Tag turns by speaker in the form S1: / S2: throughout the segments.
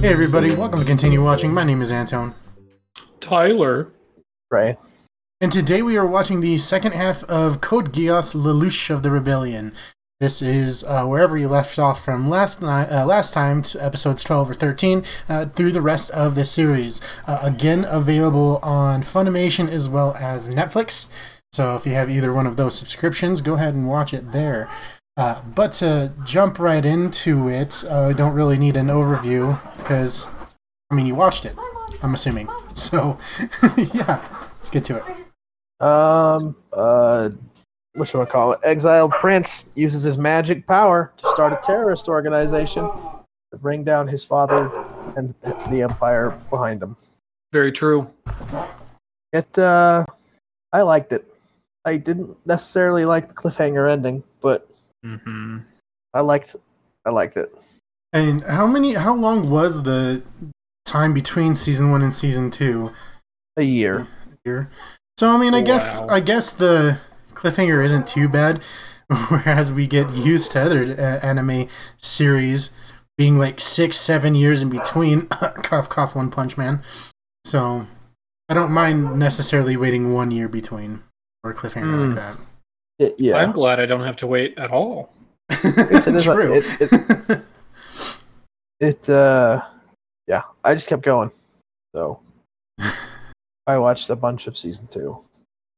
S1: Hey everybody, welcome to Continue Watching. My name is Anton.
S2: Tyler.
S3: Right.
S1: And today we are watching the second half of Code Geass Lelouch of the Rebellion. This is uh, wherever you left off from last night, uh, last time, to episodes 12 or 13, uh, through the rest of the series. Uh, again, available on Funimation as well as Netflix. So if you have either one of those subscriptions, go ahead and watch it there. Uh, but to jump right into it, uh, I don't really need an overview because, I mean, you watched it, I'm assuming. So, yeah, let's get to it.
S3: Um. Uh. What should I call it? Exiled prince uses his magic power to start a terrorist organization to bring down his father and the empire behind him.
S2: Very true.
S3: It. Uh. I liked it. I didn't necessarily like the cliffhanger ending, but
S2: Mm-hmm.
S3: I liked. I liked it.
S1: And how many? How long was the time between season one and season two
S3: A year.
S1: here? So I mean, I guess
S2: Wow.
S1: I guess the cliffhanger isn't too bad, whereas we get used to other uh, anime series being like six, seven years in between. cough, cough. One Punch Man. So I don't mind necessarily waiting one year between or a cliffhanger like
S2: Hmm.
S1: that.
S3: It- yeah.
S2: I'm glad I don't have to wait at all.
S3: Yes, it is a-
S1: True.
S3: it- It uh yeah, I just kept going. So I watched a bunch of season 2.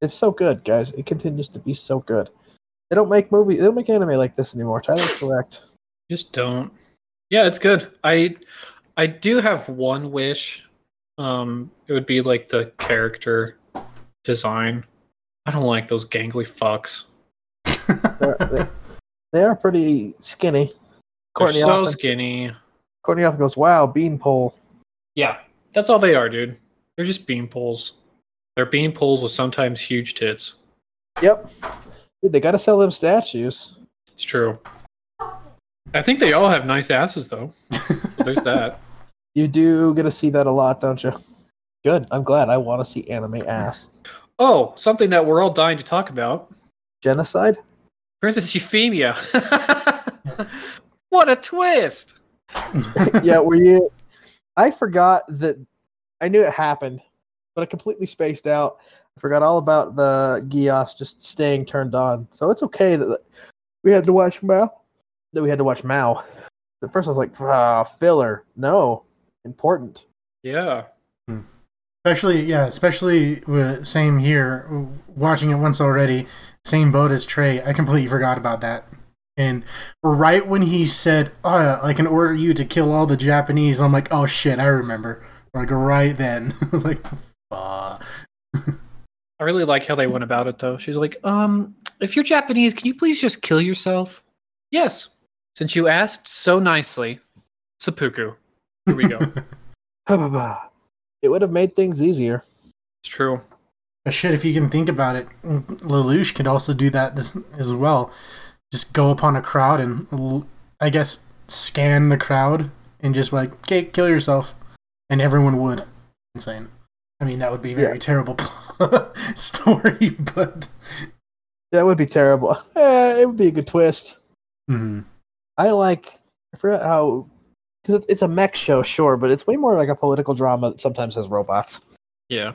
S3: It's so good, guys. It continues to be so good. They don't make movie, they don't make anime like this anymore. Tyler's correct.
S2: Just don't. Yeah, it's good. I I do have one wish. Um, it would be like the character design. I don't like those gangly fucks.
S3: They're, they, they are pretty skinny.
S2: They're
S3: Courtney
S2: so
S3: often,
S2: skinny.
S3: Courtney often goes, "Wow, beanpole."
S2: Yeah, that's all they are, dude. They're just beam poles. They're beam poles with sometimes huge tits.
S3: Yep. Dude, they got to sell them statues.
S2: It's true. I think they all have nice asses though. There's that.
S3: You do get to see that a lot, don't you? Good. I'm glad. I want to see anime ass.
S2: Oh, something that we're all dying to talk about.
S3: Genocide?
S2: Princess Euphemia. what a twist!
S3: yeah, were you? I forgot that. I knew it happened, but I completely spaced out. I forgot all about the Gios just staying turned on. So it's okay that that we had to watch Mao. That we had to watch Mao. At first, I was like, ah, filler. No, important.
S2: Yeah.
S1: Especially, yeah, especially with, same here. w- Watching it once already, same boat as Trey. I completely forgot about that. And right when he said, "Oh, yeah, I can order you to kill all the Japanese," I'm like, "Oh shit, I remember." Like right then, I was like, "Fuck."
S2: I really like how they went about it though. She's like, um, if you're Japanese, can you please just kill yourself? Yes. Since you asked so nicely. Seppuku. Here we go.
S3: It would have made things easier.
S2: it's true.
S1: But shit, if you can think about it, Lelouch could also do that this, as well. Just go upon a crowd and, l- I guess, scan the crowd and just like, okay, kill yourself. And everyone would. Insane. I mean, that would be very
S3: Yeah.
S1: terrible story, but.
S3: That would be terrible. Eh, it would be a good twist.
S1: Mhm.
S3: I like. I forgot how. Because it's a mech show, sure, but it's way more like a political drama that sometimes has robots.
S2: Yeah.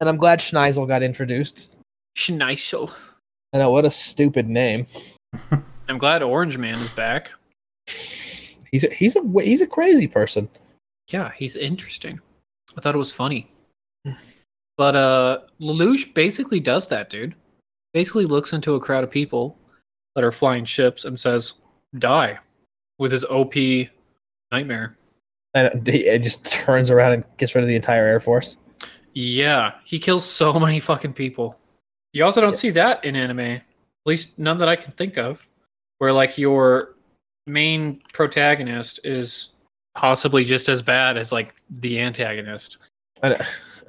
S3: And I'm glad Schneisel got introduced.
S2: Schneisel.
S3: I know what a stupid name.
S2: I'm glad Orange Man is back.
S3: He's a, he's a wa- he's a crazy person.
S2: Yeah, he's interesting. I thought it was funny. But uh Lelouch basically does that, dude. Basically looks into a crowd of people that are flying ships and says, die with his OP nightmare.
S3: And he it just turns around and gets rid of the entire air force.
S2: Yeah, he kills so many fucking people. You also don't see that in anime. At least none that I can think of. Where like your main protagonist is possibly just as bad as like the antagonist.
S3: I know,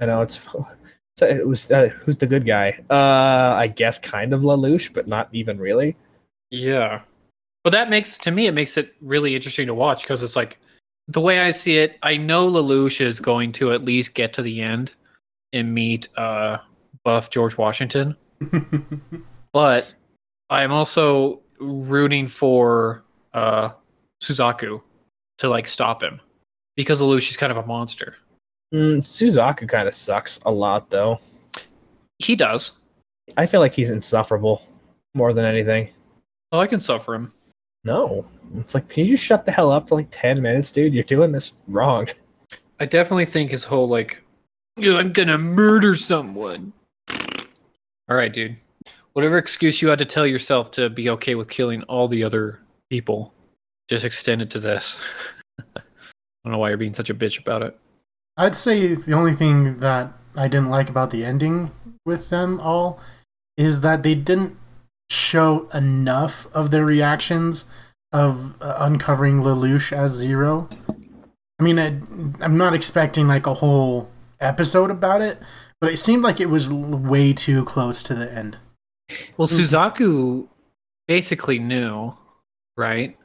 S3: I know it's. so It was uh, who's the good guy? Uh, I guess kind of Lelouch, but not even really.
S2: Yeah. But that makes to me it makes it really interesting to watch because it's like the way I see it, I know Lelouch is going to at least get to the end and meet uh buff George Washington,
S1: mm-hmm.
S2: but I'm also rooting for uh Suzaku to like stop him because Lelouch is kind of a monster.
S3: Mm, Suzaku kind of sucks a lot, though.
S2: He does.
S3: I feel like he's insufferable more than anything.
S2: Oh, I can suffer him.
S3: No, it's like, can you just shut the hell up for like ten minutes, dude? You're doing this wrong.
S2: I definitely think his whole like, "Yeah, I'm gonna murder someone. All right, dude. Whatever excuse you had to tell yourself to be okay with killing all the other people, just extend it to this. I don't know why you're being such a bitch about it.
S1: I'd say the only thing that I didn't like about the ending with them all is that they didn't show enough of their reactions of uh, uncovering Lelouch as Zero. I mean, I, I'm not expecting like a whole episode about it, but it seemed like it was l- way too close to the end.
S2: Well, Suzaku basically knew, right?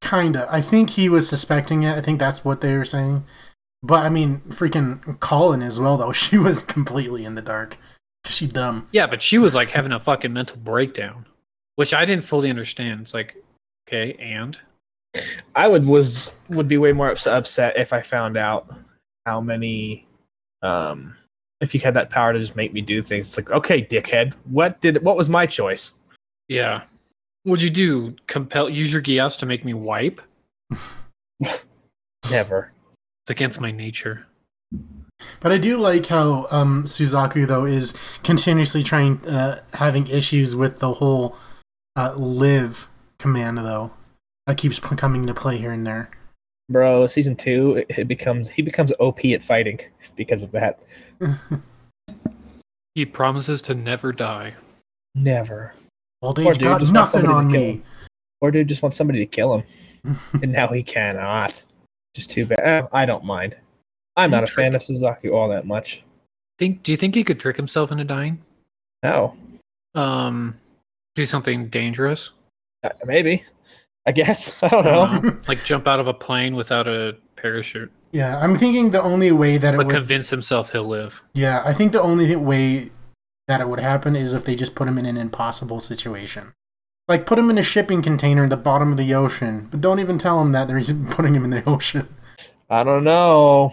S1: Kinda. I think he was suspecting it. I think that's what they were saying. But I mean, freaking Colin as well though. She was completely in the dark. 'Cause She dumb.
S2: Yeah, but she was like having a fucking mental breakdown, which I didn't fully understand. It's like, okay, and
S3: I would was would be way more ups- upset if I found out how many um if you had that power to just make me do things. It's like, okay, dickhead, what did what was my choice?
S2: yeah, what'd you do? Compel use your Gias to make me wipe?
S3: Never.
S2: It's against my nature.
S1: But I do like how um, Suzaku though is continuously trying uh, having issues with the whole uh, live command though. That keeps p- coming to play here and there.
S3: Bro, season two it, it becomes he becomes OP at fighting because of that.
S2: He promises to never die.
S3: Never.
S1: Old
S3: Poor
S1: age
S3: dude
S1: got
S3: just wants
S1: nothing
S3: somebody to
S1: on
S3: kill
S1: me.
S3: him. Or dude just wants somebody to kill him. and now he cannot. Just too bad. Eh, I don't mind. I'm not a fan of Suzaku all that much.
S2: Think? Do you think he could trick himself into dying?
S3: No,
S2: Um, do something dangerous,
S3: Uh, maybe. I guess I don't know.
S2: Um, like jump out of a plane without a parachute,
S1: yeah, I'm thinking the only way that it
S2: but
S1: would
S2: convince himself he'll live.
S1: Yeah, I think the only way that it would happen is if they just put him in an impossible situation. Like, put him in a shipping container at the bottom of the ocean, but don't even tell him that they're just putting him in the ocean.
S3: I don't know.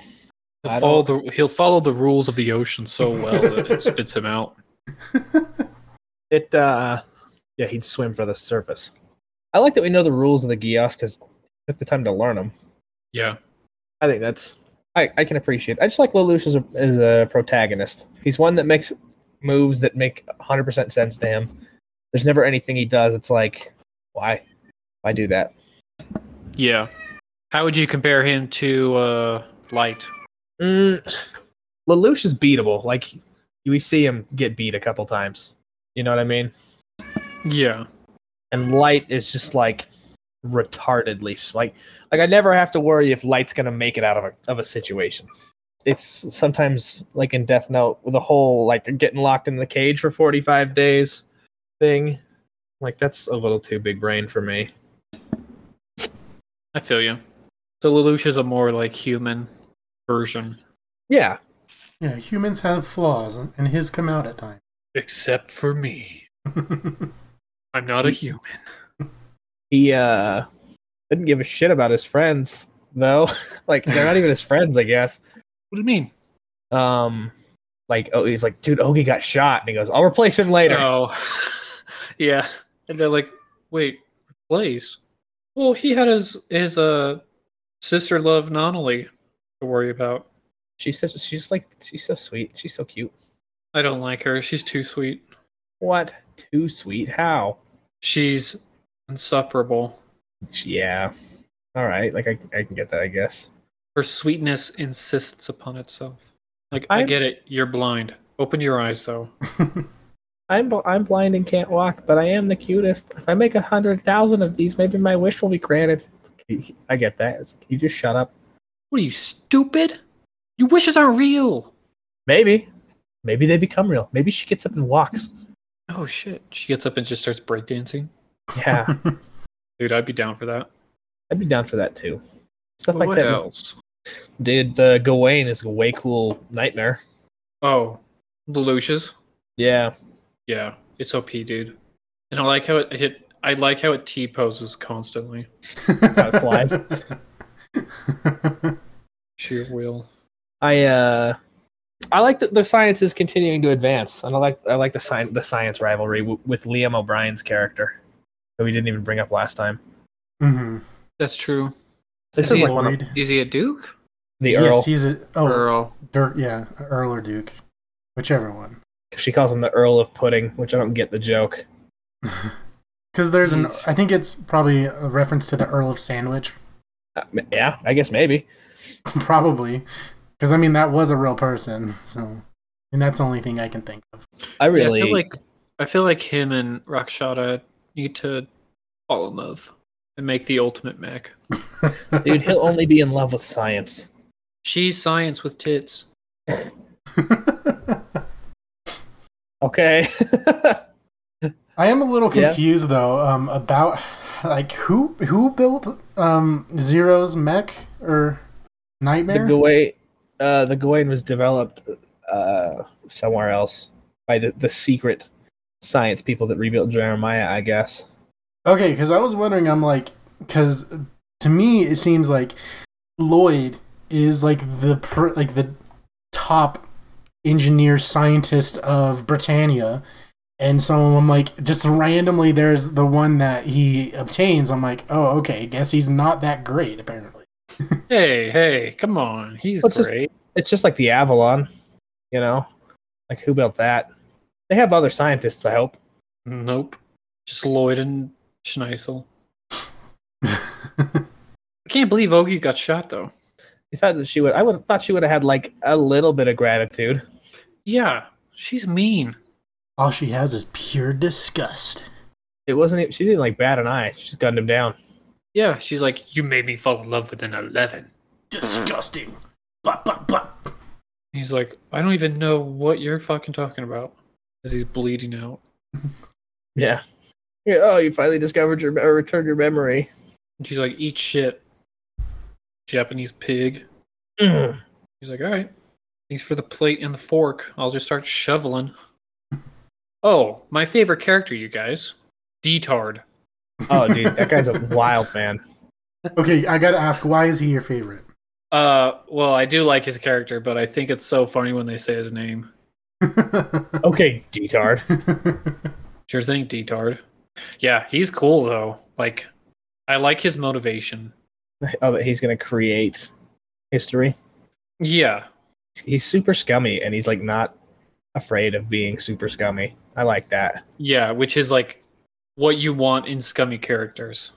S2: He'll
S3: I
S2: follow
S3: don't-
S2: the he'll follow the rules of the ocean so well that it spits him out.
S3: It uh yeah, he'd swim for the surface. I like that we know the rules of the Gios because took the time to learn them.
S2: Yeah,
S3: I think that's I, I can appreciate. I just like Lelouch as a as a protagonist. He's one that makes moves that make 100% sense to him. There's never anything he does. It's like why why do that?
S2: yeah. How would you compare him to uh, Light?
S3: Mm, Lelouch is beatable. Like we see him get beat a couple times. You know what I mean?
S2: Yeah,
S3: and light is just like retardedly s- like like I never have to worry if light's gonna make it out of a of a situation. It's sometimes like in Death Note the whole like getting locked in the cage for forty five days thing. Like that's a little too big brain for me.
S2: I feel you. So Lelouch is a more like human version,
S3: Yeah.
S1: Yeah, humans have flaws, and his come out at times.
S2: except for me. I'm not
S3: Mm.
S2: a human.
S3: He uh didn't give a shit about his friends though. like they're not even his friends, I guess.
S2: What do you mean?
S3: Um like oh he's like, dude, Ogie got shot and he goes, I'll replace him later.
S2: Oh, yeah. And they're like, wait, replace? Well, he had his his uh sister love Nonnally to worry about.
S3: She's such she's like she's so sweet. She's so cute.
S2: I don't like her. She's too sweet.
S3: What? Too sweet? How?
S2: She's insufferable.
S3: Yeah. All right. Like I, I can get that, I guess.
S2: Her sweetness insists upon itself. Like I,
S3: I-
S2: get it. You're blind. Open your eyes though.
S3: I'm bl- I'm blind and can't walk, but I am the cutest. If I make a hundred thousand of these, maybe my wish will be granted. I get that. It's like, Can you just shut up?
S2: What are you stupid? Your wishes aren't real.
S3: Maybe. Maybe they become real. Maybe she gets up and walks.
S2: Oh shit. She gets up and just starts breakdancing.
S3: Yeah,
S2: Dude, I'd be down for that.
S3: I'd be down for that too. Stuff like
S2: what
S3: that. was-
S2: else?
S3: Dude, the Gawain is a way cool nightmare.
S2: Oh, Lelouch's.
S3: Yeah.
S2: Yeah, it's OP, dude. And I like how it hit. I like how it T poses constantly.
S3: flies.
S2: your will.
S3: I uh, I like that the science is continuing to advance, and I like I like the science the science rivalry w- with Liam O'Brien's character that we didn't even bring up last time.
S1: Mm-hmm.
S2: That's true.
S3: This
S2: Is
S3: is
S2: he
S3: like one of
S1: Lloyd.
S2: Is he a duke?
S3: the E
S1: yes,
S3: Earl.
S1: he's a oh
S2: Earl.
S1: Dirk, yeah, Earl or Duke, whichever one.
S3: She calls him the Earl of Pudding, which I don't get the joke.
S1: Because there's an,
S2: He's-
S1: I think it's probably a reference to the Earl of Sandwich,
S3: Uh, yeah, I guess maybe.
S1: probably. Because I mean, that was a real person, so and that's the only thing I can think of.
S3: I
S2: Yeah,
S3: really
S2: I feel like I feel like him and Rakshada need to fall in love and make the ultimate mech.
S3: dude. He'll only be in love with science.
S2: She's science with tits.
S3: Okay.
S1: I am a little
S3: Yeah.
S1: confused though um, about like who who built um, Zero's mech or
S3: the
S1: Nightmare.
S3: Gawain, uh, the Gawain was developed uh, somewhere else by the, the secret science people that rebuilt Jeremiah, I guess.
S1: Okay, because I was wondering, I'm like, because to me it seems like Lloyd is like the pr- like the top engineer scientist of Britannia, and so I'm like, just randomly there's the one that he obtains. I'm like, oh, okay, guess he's not that great apparently.
S2: Hey, hey, come on. He's
S3: Let's just-
S2: great.
S3: It's just like the Avalon, you know? Like, who built that? They have other scientists, I hope.
S2: Nope. Just Lloyd and Schneisel. I can't believe Ogie got shot though.
S3: You thought that she would, I would have thought she would have had like a little bit of gratitude.
S2: Yeah, she's mean.
S1: All she has is pure disgust.
S3: It wasn't, e- she didn't like bat an eye. She just gunned him down.
S2: Yeah, she's like, you made me fall in love with an eleven.
S1: Disgusting. Blah blah blah.
S2: He's like, I don't even know what you're fucking talking about. As he's bleeding out.
S3: Yeah. Yeah, Oh, you finally discovered your, or returned your memory.
S2: And she's like, eat shit. Japanese pig. He's like, all right. Thanks for the plate and the fork. I'll just start shoveling. Oh, my favorite character, you guys. Detard.
S3: oh, dude, that guy's a wild man.
S1: Okay, I gotta ask, why is he your favorite?
S2: Uh, well, I do like his character, but I think it's so funny when they say his name.
S3: Okay, detard.
S2: Sure thing, Detard. Yeah, he's cool though. Like, I like his motivation.
S3: oh, that he's gonna create history.
S2: Yeah,
S3: He's super scummy, and he's like not afraid of being super scummy. I like that.
S2: yeah, which is like what you want in scummy characters.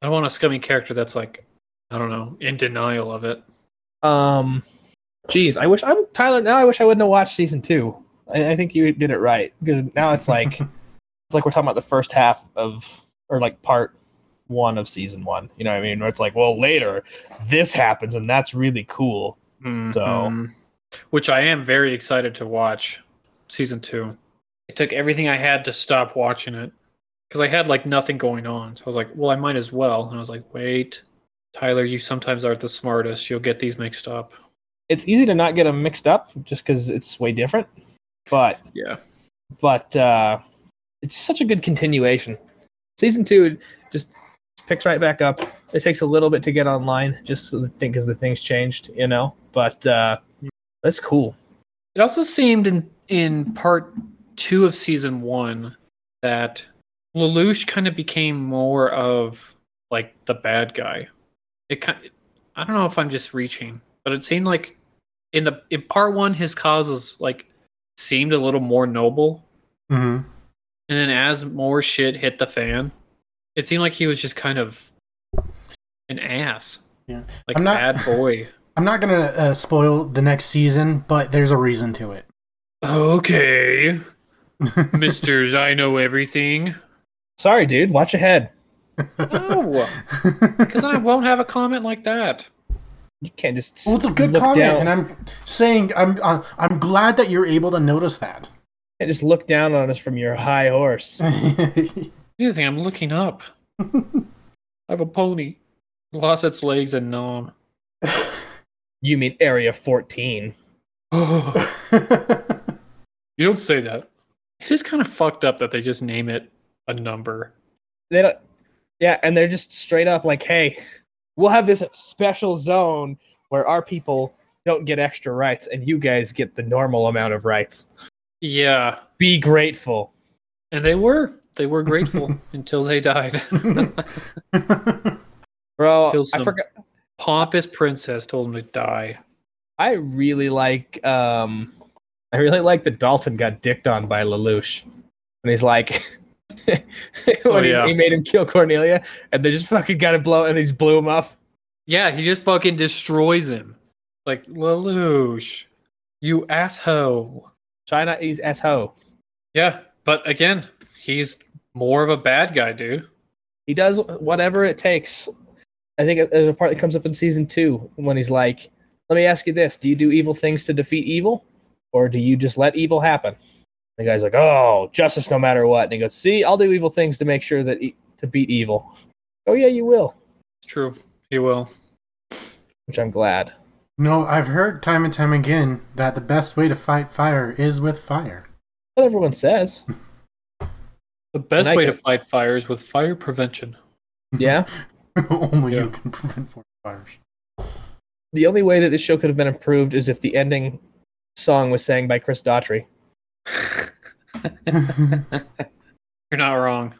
S2: I don't want a scummy character that's like, I don't know, in denial of it.
S3: Um, geez, I wish I'm Tyler. Now I wish I wouldn't have watched season two. I, I think you did it right because now it's like it's like we're talking about the first half of or like part one of season one. You know what I mean? Where it's like, well, later this happens, and that's really cool.
S2: Mhm. which I am very excited to watch season two. It took everything I had to stop watching it because I had like nothing going on. So I was like, well, I might as well. And I was like, wait, Tyler, you sometimes aren't the smartest. You'll get these mixed up.
S3: It's easy to not get them mixed up just because it's way different, but
S2: Yeah.
S3: but uh, it's such a good continuation. Season two just picks right back up. It takes a little bit to get online, just so the thing because the things changed, you know. But uh, that's cool.
S2: It also seemed in in part two of season one that Lelouch kind of became more of like the bad guy. It kind I don't know if I'm just reaching, but it seemed like in the in part one his cause was like seemed a little more noble,
S1: hmm
S2: and then as more shit hit the fan, it seemed like he was just kind of an ass.
S1: Yeah.
S2: like
S1: I'm not-
S2: bad boy.
S1: I'm not gonna uh, spoil the next season, but there's a reason to it.
S2: okay, Mister's I know everything.
S3: Sorry, dude. Watch ahead.
S2: No, because I won't have a comment like that.
S3: You can't just.
S1: well, it's a good
S3: look
S1: comment,
S3: down-
S1: and I'm saying I'm uh, I'm glad that you're able to notice that.
S3: you can't just look down on us from your high horse.
S2: Anything I'm looking up. I have a pony. Lost its legs and nom.
S3: You mean Area 14?
S2: you don't say that. It's just kind of fucked up that they just name it a number.
S3: They don't. Yeah, and they're just straight up like, "Hey, we'll have this special zone where our people don't get extra rights and you guys get the normal amount of rights.
S2: Yeah,
S3: Be grateful.
S2: and they were they were grateful until they died.
S3: Bro,
S2: Feel
S3: I
S2: some-
S3: forgot
S2: Pompous princess told him to die.
S3: I really like um I really like that Dalton got dicked on by Lelouch. And he's like when he,
S2: yeah.
S3: he made him kill Cornelia and they just fucking got it blow and they just blew him up.
S2: Yeah, he just fucking destroys him. Like Lelouch, you asshole.
S3: China is asshole.
S2: Yeah, but again, he's more of a bad guy, dude.
S3: He does whatever it takes. I think there's a part that comes up in season two when he's like, Let me ask you this. Do you do evil things to defeat evil? Or do you just let evil happen? The guy's like, Oh, justice no matter what. And he goes, See, I'll do evil things to make sure that e- to beat evil. Oh yeah, you will.
S2: It's true. He will.
S3: Which I'm glad.
S1: no, I've heard time and time again that the best way to fight fire is with fire.
S3: What everyone says.
S2: The best
S3: And I
S2: way
S3: get-
S2: to fight fires with fire prevention.
S3: Yeah.
S1: Only you
S2: Yeah.
S1: can prevent forest fires.
S3: The only way that this show could have been improved is if the ending song was sang by Chris Daughtry.
S2: You're not wrong.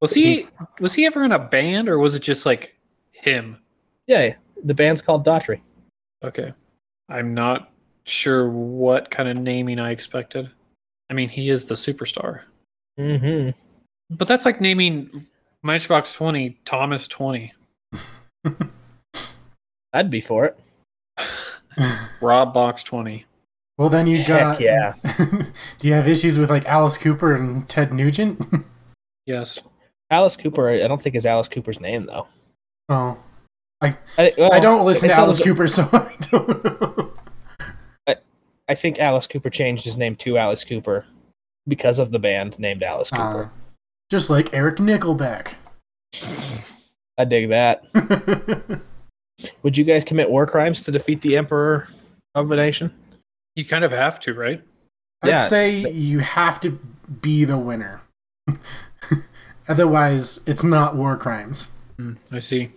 S2: Was he was he ever in a band or was it just like him?
S3: Yeah, the band's called Daughtry.
S2: Okay. I'm not sure what kind of naming I expected. I mean, he is the superstar.
S3: Mm-hmm.
S2: But that's like naming Matchbox 20 Thomas 20,
S3: I'd be for it.
S2: Rob Box 20.
S1: well, then you
S3: Heck
S1: got.
S3: yeah.
S1: Do you have issues with like Alice Cooper and Ted Nugent?
S2: Yes.
S3: Alice Cooper, I don't think is Alice Cooper's name though.
S1: oh,
S3: I, well,
S1: I don't listen to
S3: it's
S1: Alice
S3: also-
S1: Cooper, so I don't know.
S3: I think Alice Cooper changed his name to Alice Cooper because of the band named Alice
S1: Uh,
S3: Cooper.
S1: just like Eric Nickelback.
S3: I dig that. Would you guys commit war crimes to defeat the Emperor of a nation?
S2: You kind of have to, right?
S1: I'd
S3: Yeah.
S1: say you have to be the winner. Otherwise, it's not war crimes.
S2: Mm, I see.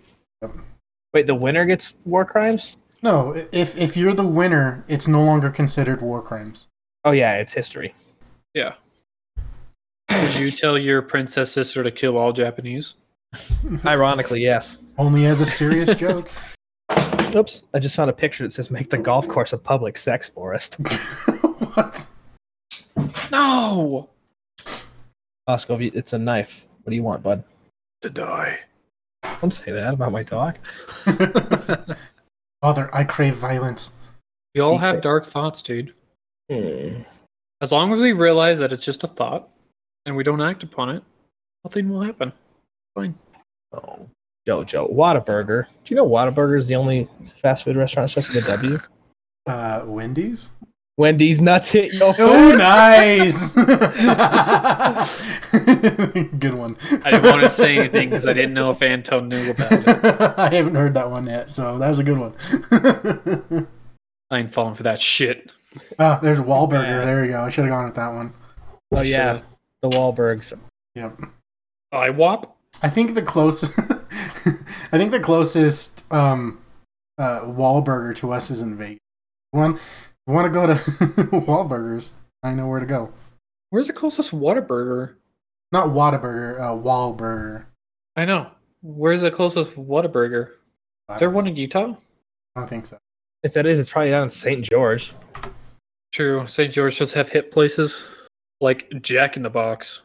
S3: Wait, the winner gets war crimes?
S1: No, i- if if you're the winner, it's no longer considered war crimes.
S3: Oh yeah, it's history.
S2: Would you tell your princess sister to kill all Japanese?
S3: Ironically, yes.
S1: Only as a serious joke.
S3: Oops, I just found a picture that says make the golf course a public sex forest.
S1: what?
S2: No!
S3: Oscar, it's a knife. What do you want, bud?
S2: To die.
S3: Don't say that about my dog.
S1: Father, I crave violence.
S2: We all have dark thoughts, dude.
S1: Hmm.
S2: As long as we realize that it's just a thought and we don't act upon it, nothing will happen. Fine.
S3: Oh, Jojo. Whataburger. Do you know Whataburger is the only fast food restaurant that starts with a W?
S1: Uh, Wendy's.
S3: Wendy's nuts hit yo.
S1: Oh, nice. Good one.
S2: I didn't want to say anything because I didn't know if Anton knew about it.
S1: I haven't heard that one yet, so that was a good one.
S2: I ain't falling for that shit.
S1: ah, there's Wahlburger.
S3: Yeah.
S1: There we go. I should have gone with that one.
S3: Oh yeah,
S2: Should've.
S3: the Wahlbergs.
S1: Yep.
S2: I wop.
S1: I think the closest. I think the closest um, uh, Wahlburger to us is in Vegas. One, you want to go to Wahlburgers? I know where to go.
S2: Where's the closest Whataburger?
S1: Not Whataburger. Uh, Wahlburger.
S2: I know. Where's the closest Whataburger?
S1: I
S2: Is there
S1: don't,
S2: one in Utah?
S1: I don't think so.
S3: If that is, it's probably down in St. George.
S2: True. St. George does have hip places like Jack in the Box.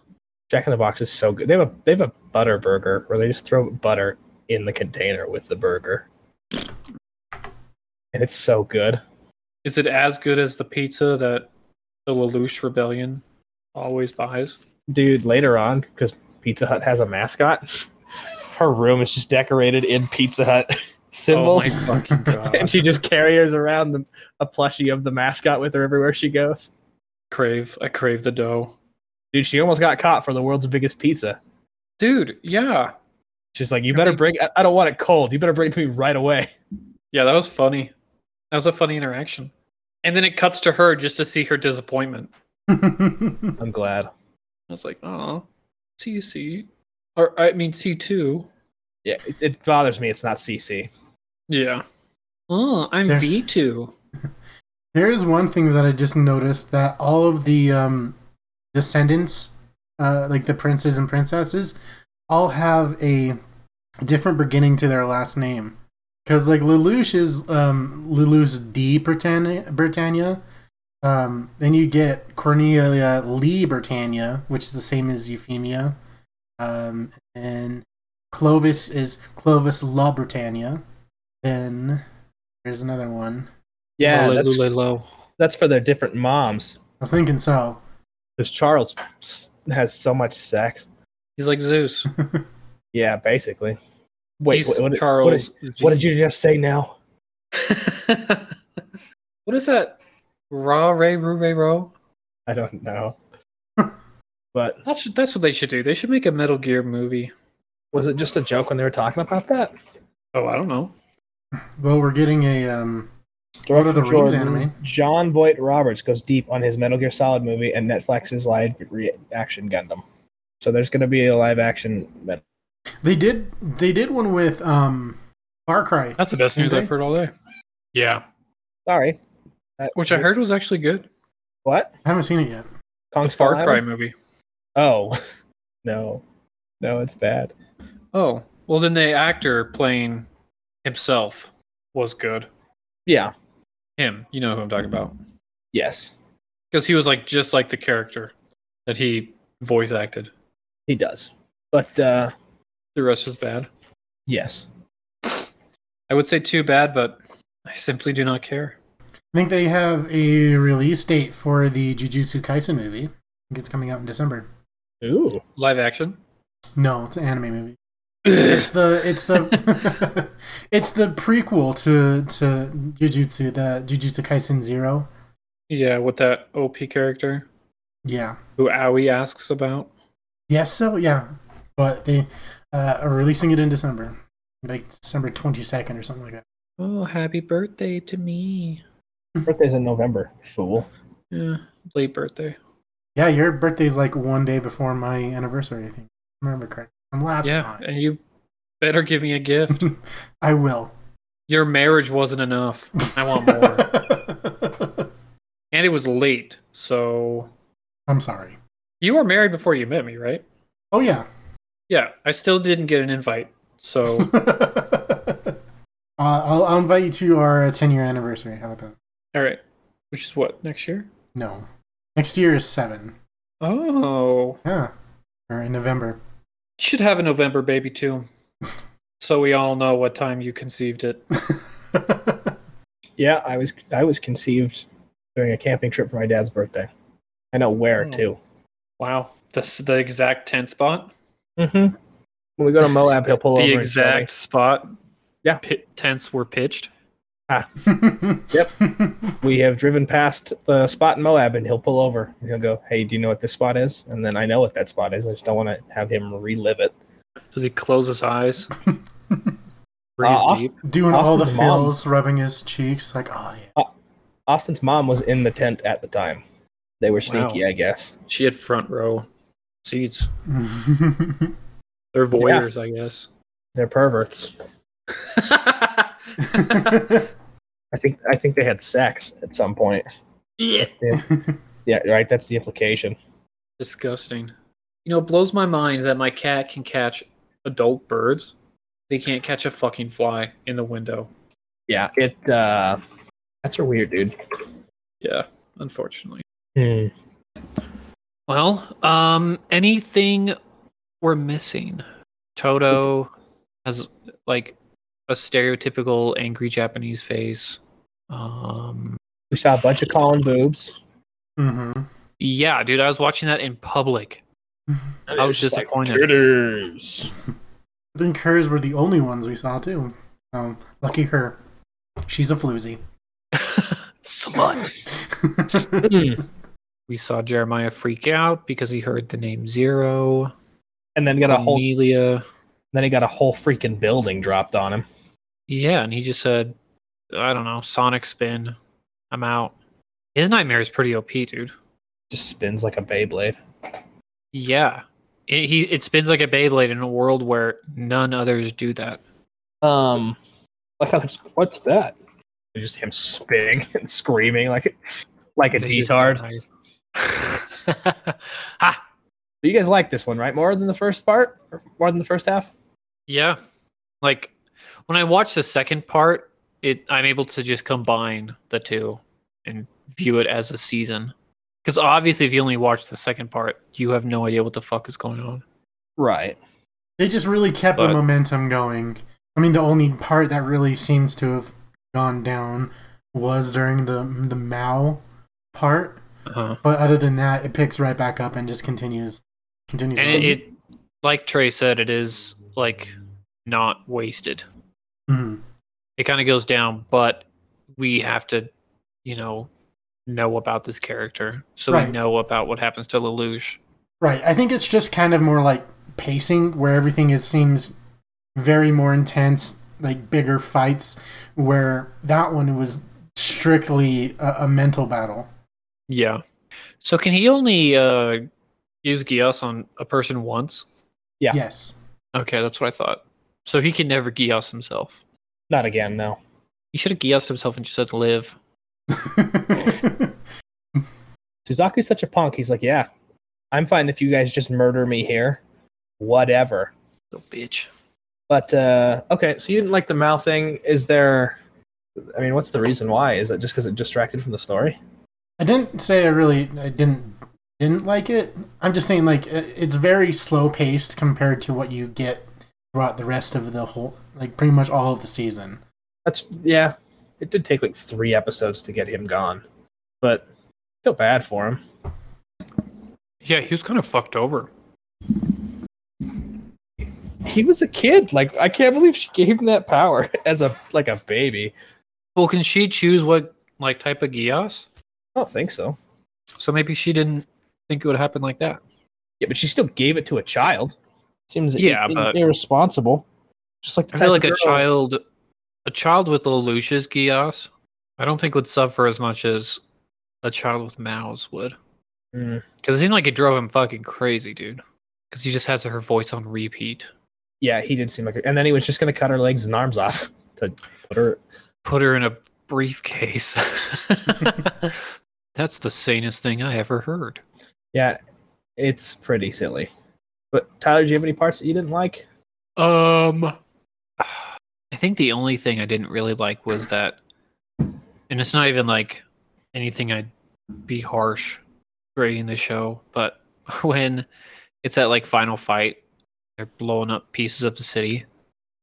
S3: Jack in the Box is so good. They have a they have a butter burger where they just throw butter in the container with the burger, and it's so good.
S2: Is it as good as the pizza that the Lelouch Rebellion always buys?
S3: dude later on because pizza hut has a mascot her room is just decorated in pizza hut symbols
S2: Oh my fucking god.
S3: and she just carries around the, a plushie of the mascot with her everywhere she goes
S2: crave. I crave the dough.
S3: dude she almost got caught for the world's biggest pizza
S2: Dude, yeah.
S3: she's like you better bring i, I don't want it cold you better bring it to me right away
S2: Yeah, that was funny. That was a funny interaction. And then it cuts to her just to see her disappointment.
S3: i'm glad
S2: I was like, oh, CC. Or, I mean, C2.
S3: yeah it, it bothers me it's not cc
S2: Yeah. Oh, I'm
S1: There.
S2: V2.
S1: There is one thing that I just noticed that all of the um, descendants, uh, like the princes and princesses, all have a different beginning to their last name. Because like Lelouch is um, Lelouch D Britannia, Britannia. Um, then you get Cornelia Lee Britannia, which is the same as Euphemia, um, and Clovis is Clovis La Britannia. Then there's another one.
S3: Yeah,
S2: Lole,
S3: that's,
S2: lole, lo.
S3: that's for their different moms.
S1: I was thinking so.
S3: Because Charles has so much sex.
S2: He's like Zeus.
S3: Yeah, basically.
S2: He's
S3: what- what did-
S2: Charles.
S3: What did, what did you just say now?
S2: what is that? Ra re ru re ro.
S3: I don't know. but
S2: That's that's what they should do. They should make a Metal Gear movie.
S3: was it just a joke when they were talking about that?
S2: Oh, I don't know.
S1: Well, we're getting a um, Lord of the Rings anime.
S3: John Voight Roberts goes deep on his Metal Gear Solid movie and Netflix's live reaction Gundam. So there's going to be a live action. Metal.
S1: They did they did one with um, Far Cry.
S2: That's the best news
S1: Okay.
S2: I've heard all day. Yeah,
S3: Sorry. That-
S2: which I heard was actually good.
S3: What?
S1: I haven't seen it yet.
S3: Kong
S2: The Far
S3: Skull
S2: Cry
S3: Island?
S2: movie.
S3: Oh, no, no, it's bad.
S2: Oh, well, then the actor playing himself was good.
S3: Yeah.
S2: Him, you know who I'm talking about,
S3: Yes,
S2: because he was like just like the character that he voice acted.
S3: he does. But uh,
S2: The rest is bad.
S3: yes,
S2: I would say too bad, but I simply do not care.
S1: I think they have a release date for the Jujutsu Kaisen movie. I think it's coming out in December.
S3: ooh,
S2: Live action.
S1: No, it's an anime movie. It's the it's the it's the prequel to to Jujutsu, the Jujutsu Kaisen Zero.
S2: Yeah, with that OP character
S1: Yeah.
S2: who Owie asks about.
S1: Yes. So yeah, but they uh, are releasing it in December, like December twenty second or something like that.
S2: Oh, happy birthday to me.
S3: birthday's in November. Fool.
S2: Yeah, late birthday.
S1: Yeah, your birthday's like one day before my anniversary, I think. I remember correct. From last
S2: yeah,
S1: time.
S2: and you better give me a gift.
S1: I will.
S2: Your marriage wasn't enough. I want more. and it was late, so
S1: I'm sorry.
S2: you were married before you met me, right?
S1: Oh yeah.
S2: Yeah, I still didn't get an invite. So
S1: uh, I'll, I'll invite you to our 10 year anniversary. How about that?
S2: all right, which is what next year?
S1: No. Next year is seven.
S2: Oh,
S1: Yeah. Or in November.
S2: should have a November baby too, so we all know what time you conceived it.
S3: Yeah, I was I was conceived during a camping trip for my dad's birthday. I know where
S2: Oh.
S3: too.
S2: Wow, this the exact ten spot.
S3: Mm-hmm. When we go to Moab, he'll pull over.
S2: the
S3: and show me.
S2: exact spot.
S3: Yeah.
S2: Pi tents were pitched.
S1: yep.
S3: we have driven past the spot in Moab, and he'll pull over and he'll go, "Hey, do you know what this spot is?" And then I know what that spot is. I just don't want to have him relive it.
S2: Does he close his eyes? Breathe
S3: Austin-
S2: deep.
S1: Doing all the
S3: Austin's mom.
S1: fills, rubbing his cheeks. Like, oh, yeah.
S3: Austin's mom was in the tent at the time. They were sneaky,
S2: Wow.
S3: I guess.
S2: She had front row seats. They're voyeurs, I guess.
S3: They're perverts. I think I think they had sex at some point.
S2: Yes.
S3: That's the, yeah, right. That's the implication.
S2: Disgusting. You know, it blows my mind that my cat can catch adult birds. They can't catch a fucking fly in the window.
S3: Yeah, it. uh That's a weird dude.
S2: Yeah, unfortunately.
S3: Hmm.
S2: Well, um, anything we're missing? Toto has like a stereotypical angry Japanese face. Um,
S3: We saw a bunch of Colin boobs.
S1: hmm
S2: yeah, dude, I was watching that in public. I was
S3: It's like,
S2: disappointed.
S3: "Critters."
S1: I think hers were the only ones we saw, too. Um, lucky her. She's a floozy.
S2: Slut.
S3: Hmm.
S2: We saw Jeremiah freak out because he heard the name Zero.
S3: and then got a whole.
S2: Cornelia.
S3: Then he got a whole freaking building dropped on him.
S2: Yeah, and he just said, I don't know, Sonic spin. I'm out. His nightmare is pretty OP, dude.
S3: Just spins like a Beyblade.
S2: Yeah. It, he it spins like a Beyblade in a world where none others do that.
S3: Um, like I was, what's that? just him spitting and screaming like like a
S2: They just
S3: detard.
S2: died. ha!
S3: But you guys like this one, right? More than the first part, Or more than the first half.
S2: Yeah. Like when I watch the second part, it I'm able to just combine the two and view it as a season. Because obviously, if you only watch the second part, you have no idea what the fuck is going on.
S3: Right.
S1: They just really kept the
S2: But-
S1: momentum going. I mean, the only part that really seems to have gone down was during the the Mao part,
S2: Uh-huh.
S1: but other than that, it picks right back up and just continues continues.
S2: And it,
S1: on.
S2: it, like Trey said, it is like not wasted.
S1: Mhm.
S2: It kind of goes down, but we have to, you know, know about this character, so
S1: Right.
S2: we know about what happens to Lelouch.
S1: Right. I think it's just kind of more like pacing, where everything is seems very more intense, like bigger fights. Where that one was strictly a, a mental battle.
S2: Yeah. So can he only uh, use Gios on a person once?
S3: Yeah.
S1: Yes.
S2: Okay, that's what I thought. So he can never Gios himself.
S3: Not again. No.
S2: He should have Gios himself and just said live.
S3: Suzaku's such a punk. He's like, yeah, I'm fine if you guys just murder me here, whatever.
S2: Little bitch.
S3: But uh, okay, so you didn't like the Mal thing. Is there? I mean, what's the reason why? Is it just because it distracted from the story?
S1: I didn't say I really I didn't didn't like it. I'm just saying like it- it's very slow paced compared to what you get throughout the rest of the whole like pretty much all of the season.
S3: That's yeah. It did take like three episodes to get him gone, but feel bad for him.
S2: Yeah, he was kind of fucked over.
S3: He was a kid. Like I can't believe she gave him that power as a like a baby.
S2: Well, can she choose what like type of Gios?
S3: I don't think so.
S2: So maybe she didn't think it would happen like that.
S3: Yeah, but she still gave it to a child. Seems
S2: Yeah,
S3: i- i-
S2: but-
S3: irresponsible. Just like the
S2: I feel
S3: type
S2: like a
S3: of girl-
S2: child, a child with Lelouch's Gios, I don't think would suffer as much as a child with Mao's would.
S3: Mm,
S2: Because it seemed like it drove him fucking crazy, dude. Because he just has her voice on repeat.
S3: yeah, he did seem like, a, and then he was just gonna cut her legs and arms off to put her.
S2: Put her in a briefcase. That's the sanest thing I ever heard.
S3: Yeah, it's pretty silly. But Tyler, do you have any parts that you didn't like?
S2: Um, I think the only thing I didn't really like was that, and it's not even like anything I'd be harsh grading the show, but when it's that like final fight, they're blowing up pieces of the city.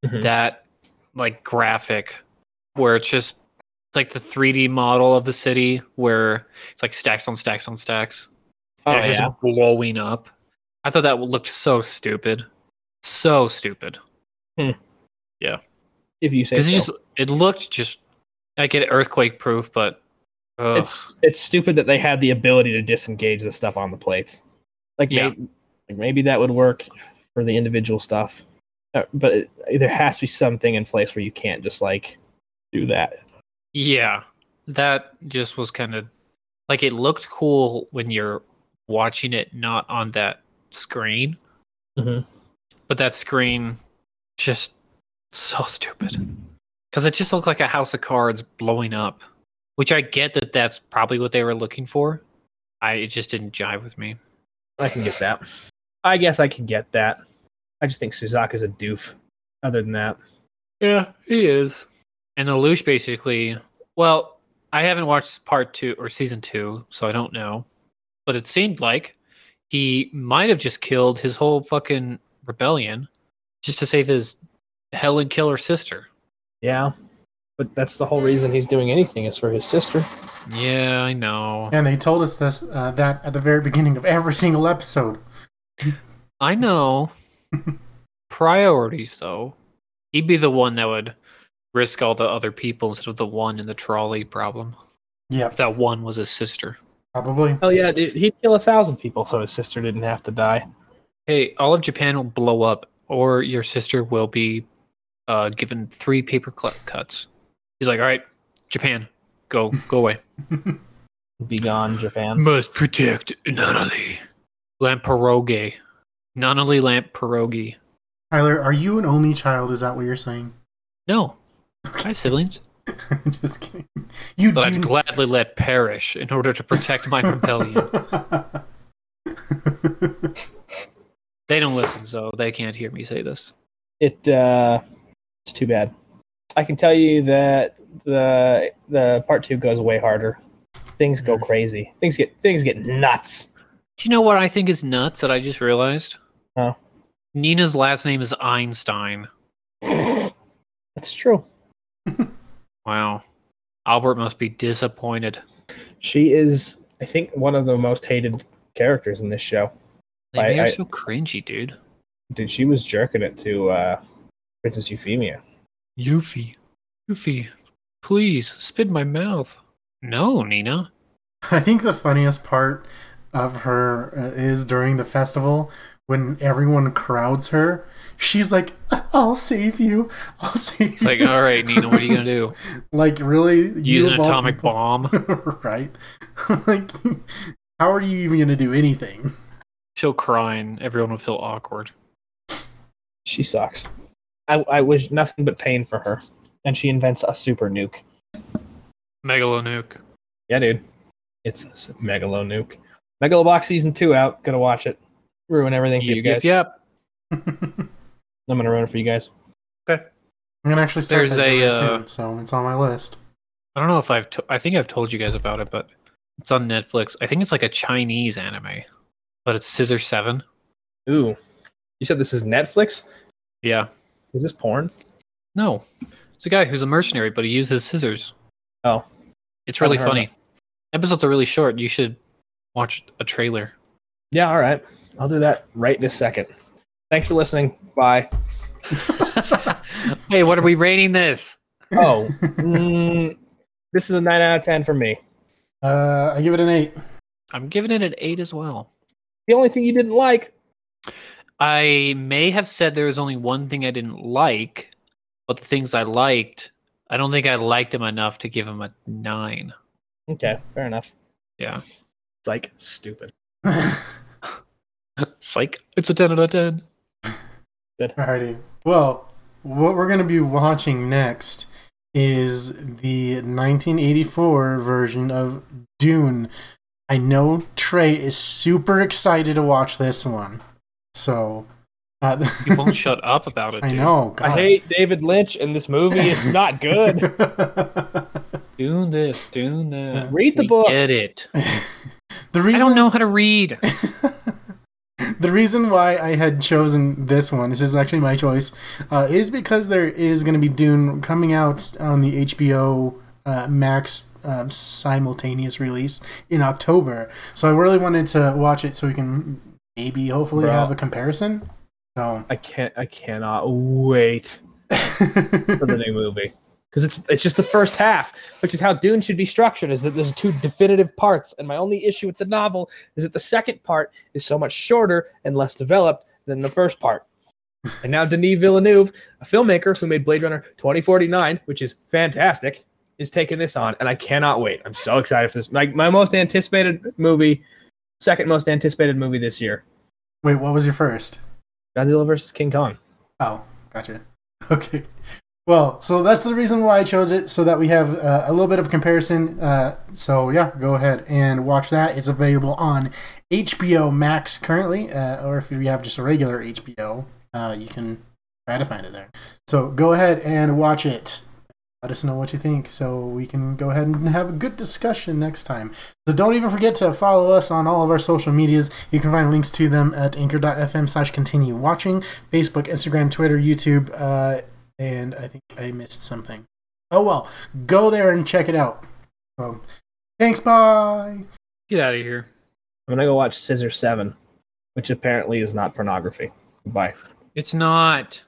S3: Mhm.
S2: That like graphic where it's just it's like the 3D model of the city where it's like stacks on stacks on stacks.
S3: Oh,
S2: and it's just blowing up. I thought that looked so stupid. So stupid.
S3: if you say
S2: Because it
S3: so.
S2: just it looked just I get earthquake proof, but uh, ugh.
S3: it's it's stupid that they had the ability to disengage the stuff on the plates. Like,
S2: Yeah.
S3: maybe, like maybe that would work for the individual stuff, Uh, but it, there has to be something in place where you can't just like do that.
S2: yeah. That just was kind of like it looked cool when you're watching it not on that screen,
S3: Mhm.
S2: but that screen just so stupid because it just looked like a house of cards blowing up, which I get that that's probably what they were looking for. I it just didn't jive with me.
S3: I can get that. I guess I can get that. I just think Suzaku's a doof. Other than that,
S2: Yeah, he is. And the Lelouch basically, well, I haven't watched part two or season two, so I don't know. But it seemed like he might have just killed his whole fucking rebellion just to save his Helen killer sister.
S3: yeah. But that's the whole reason he's doing anything is for his sister.
S2: Yeah, I know.
S1: And they told us this uh, that at the very beginning of every single episode.
S2: I know. Priorities, though. He'd be the one that would risk all the other people instead of the one in the trolley problem.
S1: Yep,
S2: If that one was his sister.
S1: probably.
S3: Oh yeah, dude, he'd kill a thousand people so his sister didn't have to die.
S2: Hey, all of Japan will blow up, or your sister will be uh, given three paper cl- cuts. He's like, all right, Japan, go, go away.
S3: Be gone, Japan.
S2: Must protect Nanali. Lampiroge. Nanali Lampiroge.
S1: Tyler, are you an only child? Is that what you're saying?
S2: No. I have siblings.
S1: Just kidding. You
S2: But
S1: do
S2: I'd gladly let perish in order to protect my rebellion. They don't listen, so they can't hear me say this.
S3: It uh, it's too bad. I can tell you that the the part two goes way harder. Things go crazy. Things get things get nuts.
S2: Do you know what I think is nuts that I just realized?
S3: Huh?
S2: Nina's last name is Einstein.
S3: That's true.
S2: Wow. Albert must be disappointed.
S3: She is, I think, one of the most hated characters in this show.
S2: They
S3: I-
S2: made her
S3: I-
S2: so cringy, dude.
S3: Dude, she was jerking it to uh, Princess Euphemia.
S2: Yuffie. Yuffie, please spit in my mouth. No, Nina.
S1: I think the funniest part of her uh, is during the festival when everyone crowds her. She's like, "I'll save you. I'll save
S2: It's like,
S1: you."
S2: all right, Nina, what are you going to do?
S1: like really
S2: Use an
S1: of all
S2: atomic
S1: people-
S2: bomb?
S1: right? like, how are you even gonna do anything?
S2: She'll cry and everyone will feel awkward.
S3: She sucks. I, I wish nothing but pain for her. And she invents a super nuke.
S2: Megalonuke.
S3: Yeah, dude. It's a s- megalo nuke. Megalobox season two out. Gonna watch it. Ruin everything for you
S2: Yep,
S3: guys.
S2: yep, yep.
S1: I'm
S3: I'm gonna ruin it for you guys.
S1: gonna actually start
S2: There's
S1: that
S2: a,
S1: really
S2: uh,
S1: soon, so it's on my list.
S2: I don't know if I've. To- I think I've told you guys about it, but it's on Netflix. I think it's like a Chinese anime, but it's Scissor Seven.
S3: Ooh. You said this is Netflix?
S2: Yeah.
S3: Is this porn?
S2: No, it's a guy who's a mercenary, but he uses scissors.
S3: Oh.
S2: it's really
S3: Haven't heard
S2: funny. Episodes are really short. You should watch a trailer.
S3: Yeah, all right. I'll do that right this second. Thanks for listening. Bye.
S2: hey, what are we rating this?
S3: Oh, mm, this is a 9 out of 10 for me.
S1: Uh, I give it an eight.
S2: I'm giving it an eight as well.
S3: The only thing you didn't like,
S2: I may have said there was only one thing I didn't like, but the things I liked, I don't think I liked him enough to give him a nine.
S3: okay, fair enough.
S2: Yeah.
S3: It's like stupid.
S2: It's like it's a ten out of ten.
S1: Alrighty. Well, what we're going to be watching next is the 1984 version of Dune. I know Trey is super excited to watch this one. So, uh,
S2: You won't shut up about it.
S1: I
S2: dude.
S1: know.
S3: I hate David Lynch, and this movie is not good.
S2: Doing this, doing that.
S3: Read the
S2: We
S3: book.
S2: Get it.
S1: the
S2: I
S1: reason
S2: don't know how to read.
S1: the reason why I had chosen this one, this is actually my choice, uh, is because there is going to be Dune coming out on the HBO uh, Max uh, simultaneous release in October. So I really wanted to watch it so we can maybe, hopefully,
S3: Bro.
S1: have a comparison. So
S3: I can't. I cannot wait for the new movie because it's it's just the first half, which is how Dune should be structured. Is that there's two definitive parts, and my only issue with the novel is that the second part is so much shorter and less developed than the first part. And now Denis Villeneuve, a filmmaker who made Blade Runner 2049, which is fantastic, is taking this on, and I cannot wait. I'm so excited for this. Like my most anticipated movie, second most anticipated movie this year,
S1: wait, what was your first?
S3: Godzilla versus King Kong.
S1: Oh, gotcha. Okay. Well, so that's the reason why I chose it, so that we have uh, a little bit of comparison. Uh, so yeah, go ahead and watch that. It's available on HBO Max currently, uh, or if you have just a regular HBO, uh, you can try to find it there. So go ahead and watch it. Let us know what you think, so we can go ahead and have a good discussion next time. So don't even forget to follow us on all of our social medias. You can find links to them at anchor.fm slash continue watching, Facebook, Instagram, Twitter, YouTube, uh, and I think I missed something. Oh well, go there and check it out. Um, thanks, bye!
S2: Get out of here.
S3: I'm gonna go watch Scissor Seven, which apparently is not pornography. Bye.
S2: It's not.